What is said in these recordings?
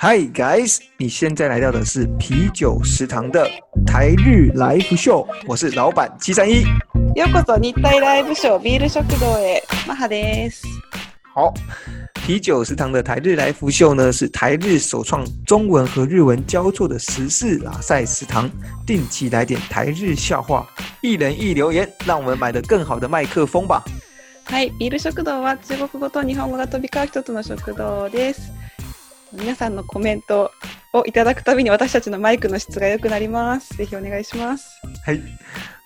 Hi guys，你现在来到的是啤酒食堂的台日来福秀，我是老板七三一。ようこそ日体ライブショービール食堂へマハです好，啤酒食堂的台日来福秀呢，是台日首创中文和日文交错的时事拉塞食堂，定期来点台日笑话，一人一留言，让我们买得更好的麦克风吧。はいビール食堂は中国語と日本語が飛び交う一つの食堂です皆さんのコメントをいただくたびに私たちのマイクの質が良くなりますぜひお願いします 嘿，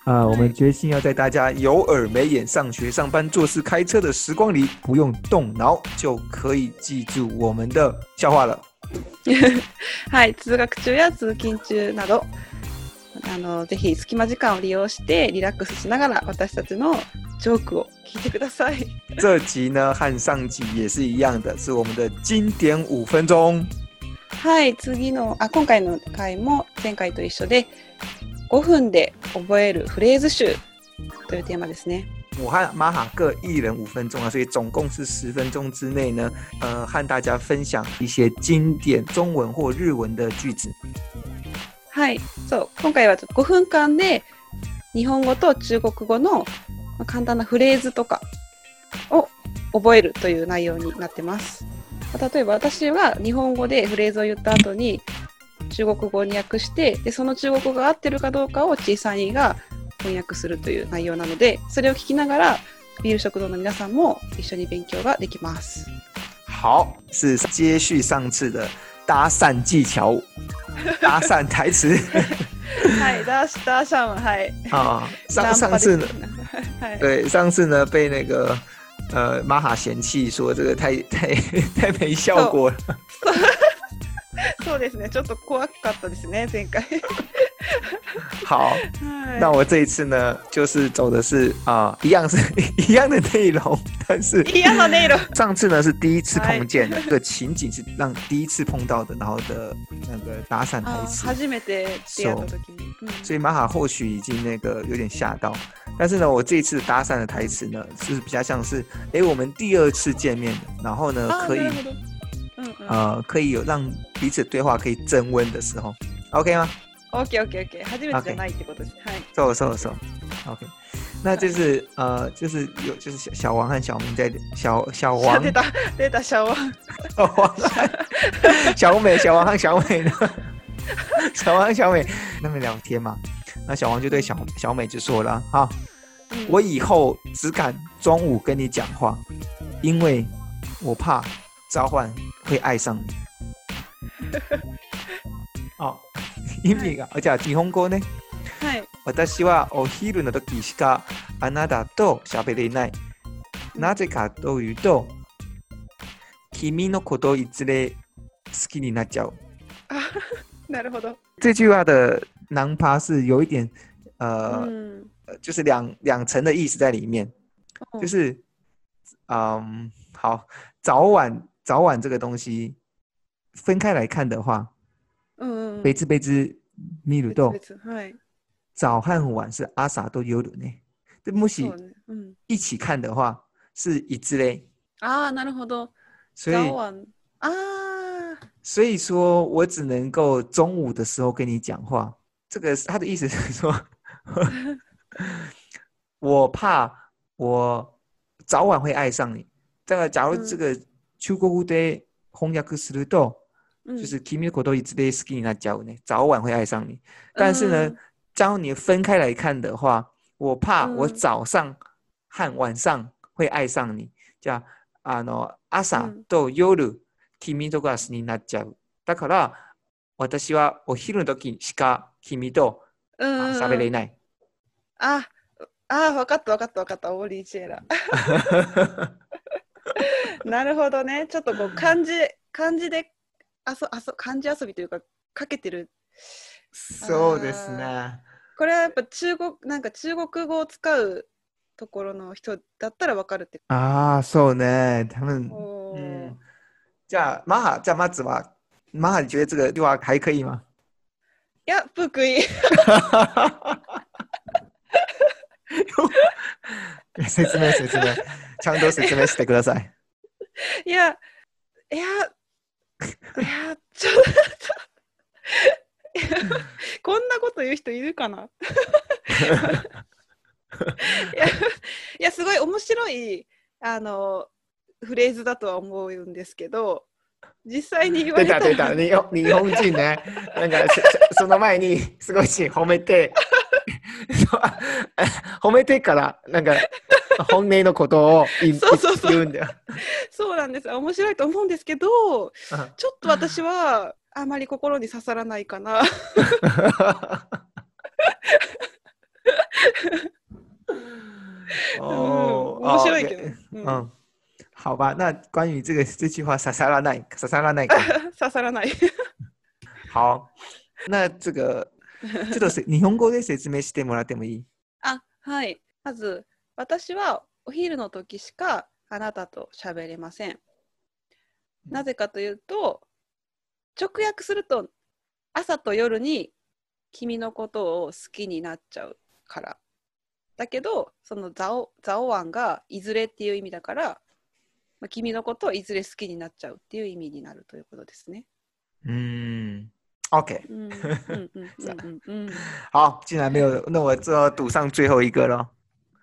啊，我们决心要在大家有耳没眼、上学、上班、做事、开车的时光里，不用动脑就可以记住我们的笑话了。はい通学中や通勤中などあのぜひ隙間時間を利用してリラックスしながら私たちのジョークを聞いてください这集呢和上集也是一样的，是我们的经典五分钟。はい、次の、あ、今回の回も前回と一緒で、5分で覚えるフレーズ集というテーマですね。我和玛哈各一人五分钟啊，所以总共是十分钟之内呢，呃，和大家分享一些经典中文或日文的句子。はい、そう、今回はちょっと5分間で日本語と中国語のまあ簡単なフレーズとかを覚えるという内容になってます。まあ例えば私は日本語でフレーズを言った後に中国語に訳して、でその中国語が合ってるかどうかを小さいが翻訳するという内容なので、それを聞きながらビール食堂の皆さんも一緒に勉強ができます。好，是接续上次的搭讪技巧，搭讪台词はい、ダーシダーシャンはい。啊。上上次呢，はい。对，上次呢被那个呃玛哈嫌弃说这个太太太没效果了。そうですね。ちょっと怖かったですね、前回。好，はい那我这一次呢，就是走的是啊、一样是 一样的内容，但是嫌な音色。上次呢是第一次哎碰见的，这个情景是让第一次碰到的，然后的那个搭讪台あ词，初めて出会った時に。うん所以玛哈或许已经那个有点吓到，但是呢，我这一次搭讪的台词呢，就是比较像是，诶，我们第二次见面，然后呢あ可以なるほどうんうん。呃可以有让彼此对话可以增温的时候，OK 吗？オッケーオッケーオッケー。初めてじゃないってことです。はい。瘦瘦瘦，OK。那就是呃，就是有就是小小王和小明在小小王 出た出たシャワー。小王和小美小 王和小美呢，小王和小美他们聊天嘛，那小王就对小小美就说了啊， うん我以后只敢中午跟你讲话，因为我怕召唤会爱上你。 哦， 啊意味がじゃあ日本語ね。はい。私はお昼の時しかあなたと喋れない。なぜかというと、君のことをいずれ好きになっちゃう。なるほど。这句话的难趴是有一点，呃う，ん就是两两层的意思在里面，就是，嗯，好，早晚早晚这个东西分开来看的话，うんうんうん。贝兹贝兹米鲁豆，別々はい。早和晚是阿萨都有的呢。这もしそうね。うん。一起看的话是一之类，ああ、なるほど。所ザ以オワン。ああ。所以说我只能够中午的时候跟你讲话。这个是他的意思是说， 我怕我早晚会爱上你。这个假如这个中国語で翻訳すると，うん就是君のことをいつで好きになっちゃうね，早晚会爱上你。但是呢うん，将你分开来看的话，我怕我嗯早上和晚上会爱上你。叫あの朝嗯と夜君と暮らしになっちゃう。だから私はお昼の時しか君とうんうあんうん喋れない。あ、あ、わかったわかったわかった、オーリーチェラ。なるほどね。ちょっとこう漢字漢字であそあそ漢字遊びというかかけてる。そうですね。これはやっぱ中国なんか中国語を使うところの人だったらわかるって。ああ、そうね。他们おー嗯，じゃあマハじゃあまずはマハ你觉得这个对话还可以吗？いや、ぷくい。 説明説明ちゃんと説明してください。いや、いや、いや、ちちょ っとこんなこと言う人いるかな いやいやすごい面白いあのフレーズだとは思うんですけど実際に言わ出れたたら出た日本日本人ねなんかそそ の前にすごいし褒めて そうあ褒めてからなんか本音のことを言いそうそうそう言うんだよ。そうなんです面白いと思うんですけどちょっと私はあまり心に刺さらないかな哦うん面白いけど、うん嗯，好吧，那关于这个这句话“撒撒拉奈”，撒撒拉 奈，刺さらない好，那这个这个是日本語で説明してもらってもいい？あはいまず私はお昼の時しかあなたと喋れませんなぜかというと直訳すると朝と夜に君のことを好きになっちゃうからだけどそのザオザオワンがいずれっていう意味だから、まあ、君のことをいずれ好きになっちゃうっていう意味になるということですね。嗯，OK，うんうん うんうんうんうん好，既然没有，那我就要赌上最后一个咯。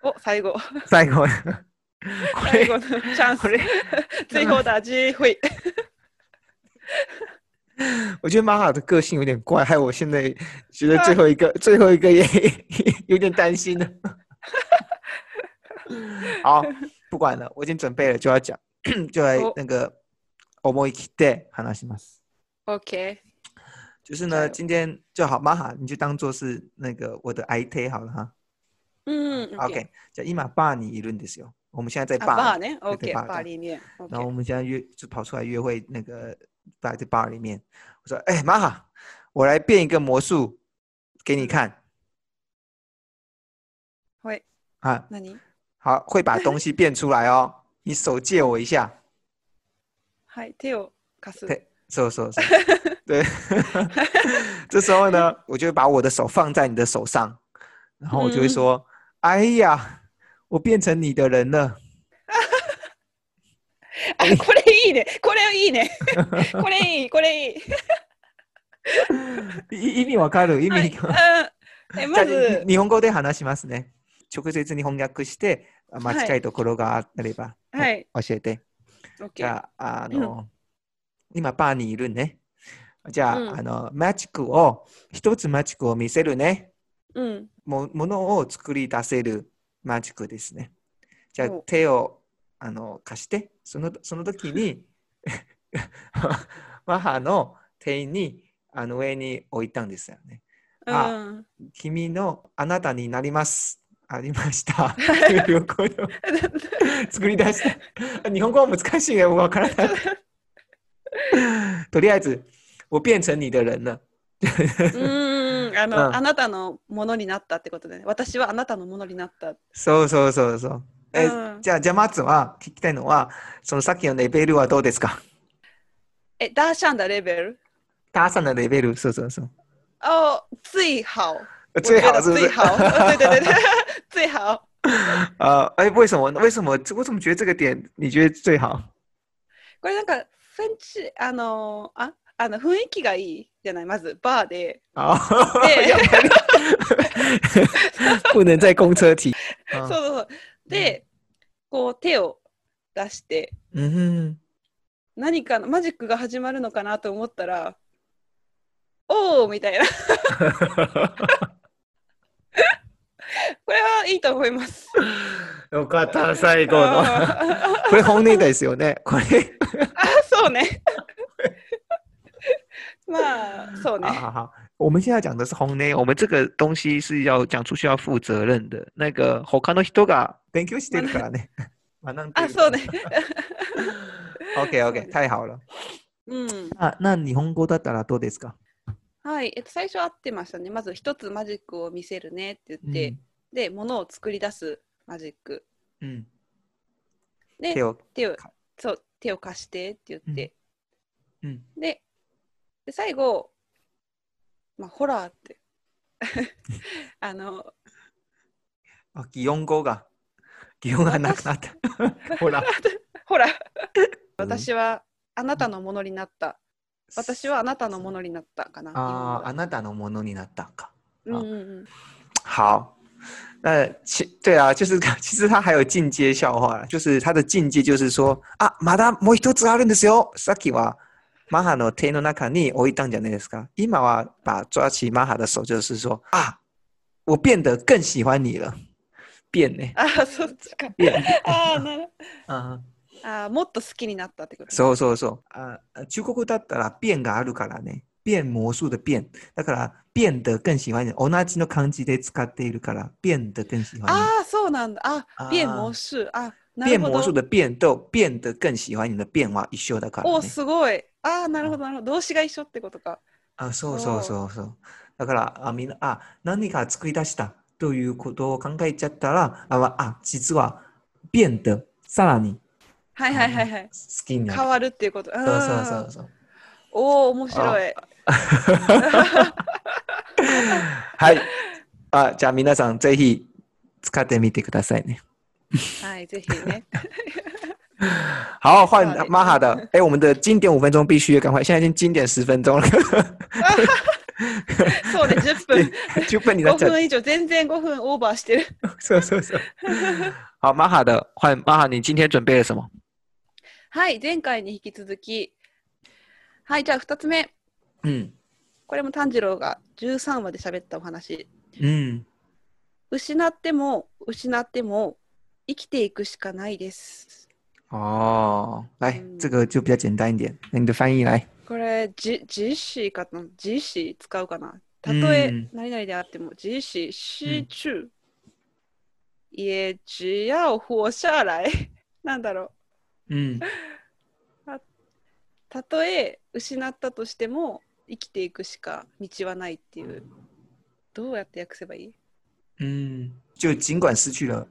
お最後最後こ れ最後のチャンスこれ最後だじほい。我觉得玛卡的个性有点怪，害我现在觉得啊最后一个最后一个也 有点担心 了。好，不管了，我已经准备了，就要讲，就来哦那个思い切って話します。 OK 就是加呢，油今天就好，玛卡你就当做是那个我的 IT 好了哈。うん。 OK，じゃあ今バーにいるんですよ。我们现在在あバー，バーね。对对 OK バーバー里面。OK 然后我们现在约就跑出来约会，那个在在 bar 里面，我说：“哎、玛卡，我来变一个魔术给你看はい啊，何好，会把东西变出来哦，你手借我一下。はい手を貸す。对”手手手，对， 这时候呢，我就会把我的手放在你的手上，然后我就会说：“哎呀，我变成你的人了。あこれいいね。これい いね。これいいこれいい。意”意味わかる？意はい味。うんじゃえあまにず日本語で話しますね。直接に翻訳して、あ間違いところがあれば、はい教えて。じ OK ゃあ、あの、今、バーにいるね。じゃあ、うんあの、マジックを、一つマジックを見せるね。うんもものを作り出せるマジックですね。じゃあ、お手をあの貸して、そのその時 に、マハの店員にあの上に置いたんですよね。うあん。君のあなたになります。ありま した。ということを作り出した。日本語は難しいね。わからない。とりあえず、我变成你的人了。 うんあうんのあなたのものになったってことだね。私はあなたのものになった。そうそうそうそう。え、うんじゃあ、じゃあまずは聞きたいのは、そのさっきのレベルはどうですかえダーシャンダレベル。ダーさんのレベル、そうそうそう。哦，最好，最好是我不是觉得最？好， 对对对对，最好。呃，哎，为什么？为什么？我怎么觉得这个点你觉得最 好？これなんかフェンチあのああの雰囲気がいいじゃないまずバーで 啊，对要不然不能在公车提。そ う啊 そうそうで、こう手を出して嗯哼。何かのマジックが始まるのかなと思ったらおおみたいな こ れはいいと思い ます。よかった、最後の。 あーこれ本音ですよね。これ。あそうね。 まあそ好うね。好好，我们现在讲的是本音。我们这个东西是要讲出去要负责任的。那个他の人が勉強してるからね。学んでるからあそう。ね。 OK そう OK，です太好了。うん。那那日本語だったらどうですか？はい、えっと、最初合ってましたね。まず一つマジックを見せるねって言って、で、ものを作り出すマジック。うん。手で、手をを。かそう手を貸してって言って、うん。でで、最後、まあ、ホラ ーって。あの、あ、擬音語が擬音がなくなった。ほら。ホラー。私はあなたのものになった。私はあなたのものになったかな。啊，ああ、なたのものになったか。うんうん好，那其对啊，就是 其实它还有进阶笑话啦，就是它的进阶就是说啊，まだもう一つあるんですよ。さっきはマハの手の中に置いたんじゃないですか。今は把抓起マハ的手，就是说啊，我变得更喜欢你了。变呢、うん。あ、そっちか。变，あーなる嗯，あー、もっと好きになったってこと。そうそうそう。あ、啊中国だったら变があるからね。变魔术的变，だから变得更喜欢你。同じの漢字で使っているから变得更喜欢你。ああ、そうなんだ。あ、あー变魔術。あ、な变るほ魔术ど。的变都变得更喜欢你的变化一緒だから、ね。お、すごい。ああ、なるほど、なるほど。動詞が一緒ってことか。あ、そうそうそうそう。だから、あ、みんな、あ、何か作り出したということを考えちゃったら、あ、わあ実は变得さらにはいはいはいはい好。きにな変る。わるっていうこと。そうそうそうそうそう。おお、面白い。はい。あ、じゃあ皆さんぜひ使ってみてくださいね。はい、ぜひね。好，换好嘞玛哈的。哎，我们的经典五分钟必须赶快，现在已经经典十分钟了， そうね、10分。就被你的5讲。分以上、全然5分オーバーしてる。 是是是。好，玛哈的换玛哈，你今天准备了什么？はい、前回に引き続き。はい、じゃあ2つ目。嗯これも炭治郎が13話で喋ったお話。嗯，失っても、失っても、生きていくしかないです。哦，来，嗯这个就比较简单一点，那你的翻译来。これ、じ、じしかなじし使うかなたとえうん、何々であっても、じし、しちゅう。也只要活下来。 なんだろう。嗯たとえ失ったとしても生きていくしか道はないっていうどうやって訳せばいい嗯，就尽管失去了，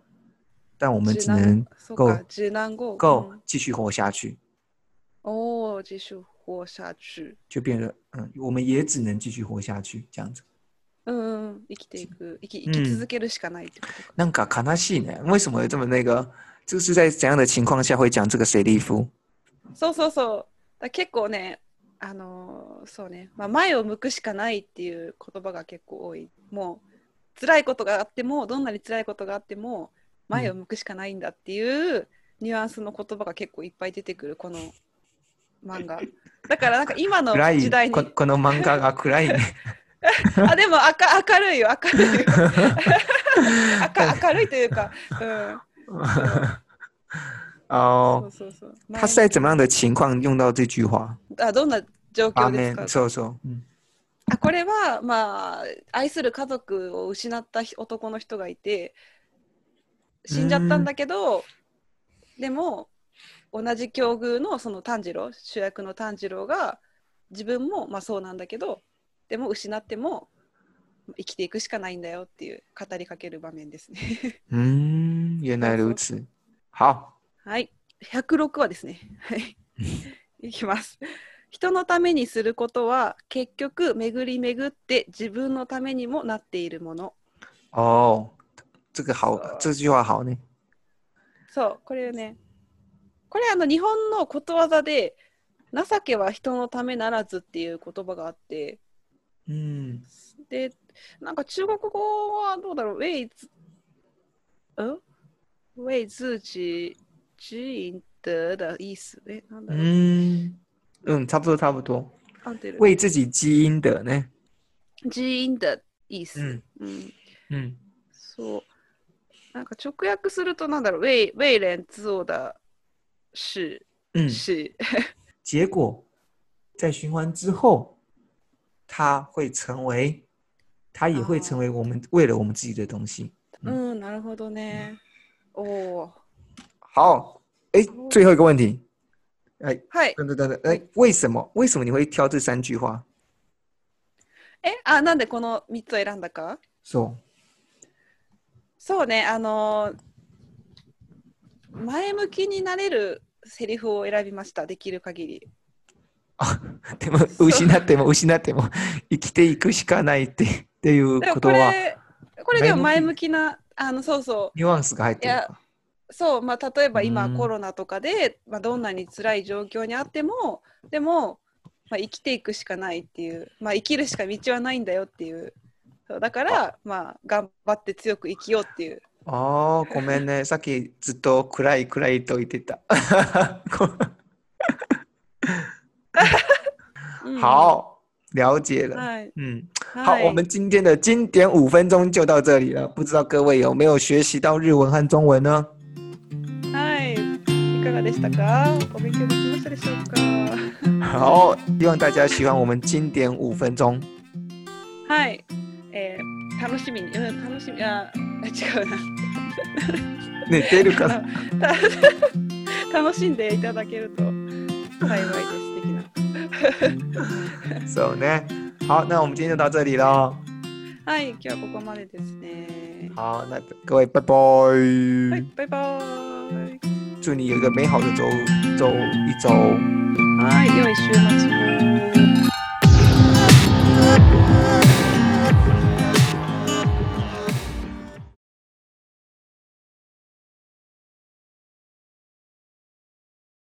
但我们只柔能軟そう够か柔軟語够うん继续活下去，おお自主放射中就变得嗯，我们也只能继续活下去这样子。うんうん生きていく生き生き続けるしかないってことか、那卡卡纳西呢？为什么有这么那个？这是在怎样的情况下会讲这个谁利夫？そうそうそうだから結構ねあのーそうね、まあ、前を向くしかないっていう言葉が結構多いもう辛いことがあってもどんなに辛いことがあっても前を向くしかないんだっていうニュアンスの言葉が結構いっぱい出てくるこの漫画だからなんか今の暗い時代にここの漫画が暗いね。あでも明明るいよ明るい よ明明るいというか、うん、哦そ、うそうそう他是在怎么样的情况用到这句话？前あどんな状況阿で妹すかそうそう。嗯 あこれは、まあ、愛する家族を失ったひ男の人がいて死んじゃったんだけどでも同じ境遇のその炭治郎主役の炭治郎が自分も、まあ、そうなんだけどでも失っても生きていくしかないんだよっていう語りかける場面ですね。 嗯，原来如此。好，はい106話ですね。はいいきます。人のためにすることは結局巡り巡って自分のためにもなっているもの。哦，这个好そう，这句话好呢。そう、これね。これあの日本のことわざで、情けは人のためならずっていう言葉があって、嗯，で、なんか中国語はどうだろう、ウェイズ、んウェイズジジイン德的意思。え、なんだろう、嗯嗯，差不多差不多，合ってる为自己基因的呢。ジイン的意思。嗯うん嗯そう。なんか直訳するとなんだろう、ウェイウェイレンズオだし、嗯，し、结果在循环之后，它会成为，它也会成为我们为了我们自己的东西。う、うんなるほどね。おお。好，哎，最后一个问题，哎，はい。等等等等，哎，为什么为什么你会挑这三句话？え、あ、なんでこの3つを選んだか 说，そうね、あのー前向きになれるセリフを選びました、できる限り。 でも失っても失っても 生きていくしかないってっていうでもことこはれ、これでも前前向向きな、あの、そうそう。ニュアンスが入ってるのか。そう、まあ、例えば今うんコロナとかで、まあ、どんなに辛い状況にあってもでもまあ、生きていくしかないっていう、まあ、生きるしか道はないんだよっていうそうだからまあ頑張って強く生きようっていうああ、ごめん ね。さっきずっと暗い暗いと言ってた。こ 好，了解うん了。はい嗯，好，はい我们今天的经典五分钟就到这里了。不知道各位有没有学习到日文和中文呢？はいいかがでしたかお勉強できましたでしょうか好，希望大家喜欢我们经典五分 钟。はい、えー、楽しみに、うん、楽しみあ違うな ね、出るかな。た楽しんでいただけると幸いです的なそうね。好，那我们今天就到这里喽。はい今日はここまでですね好，那各位拜拜。はいバイバーイ祝你有一个美好的周周一周。はい良い週末を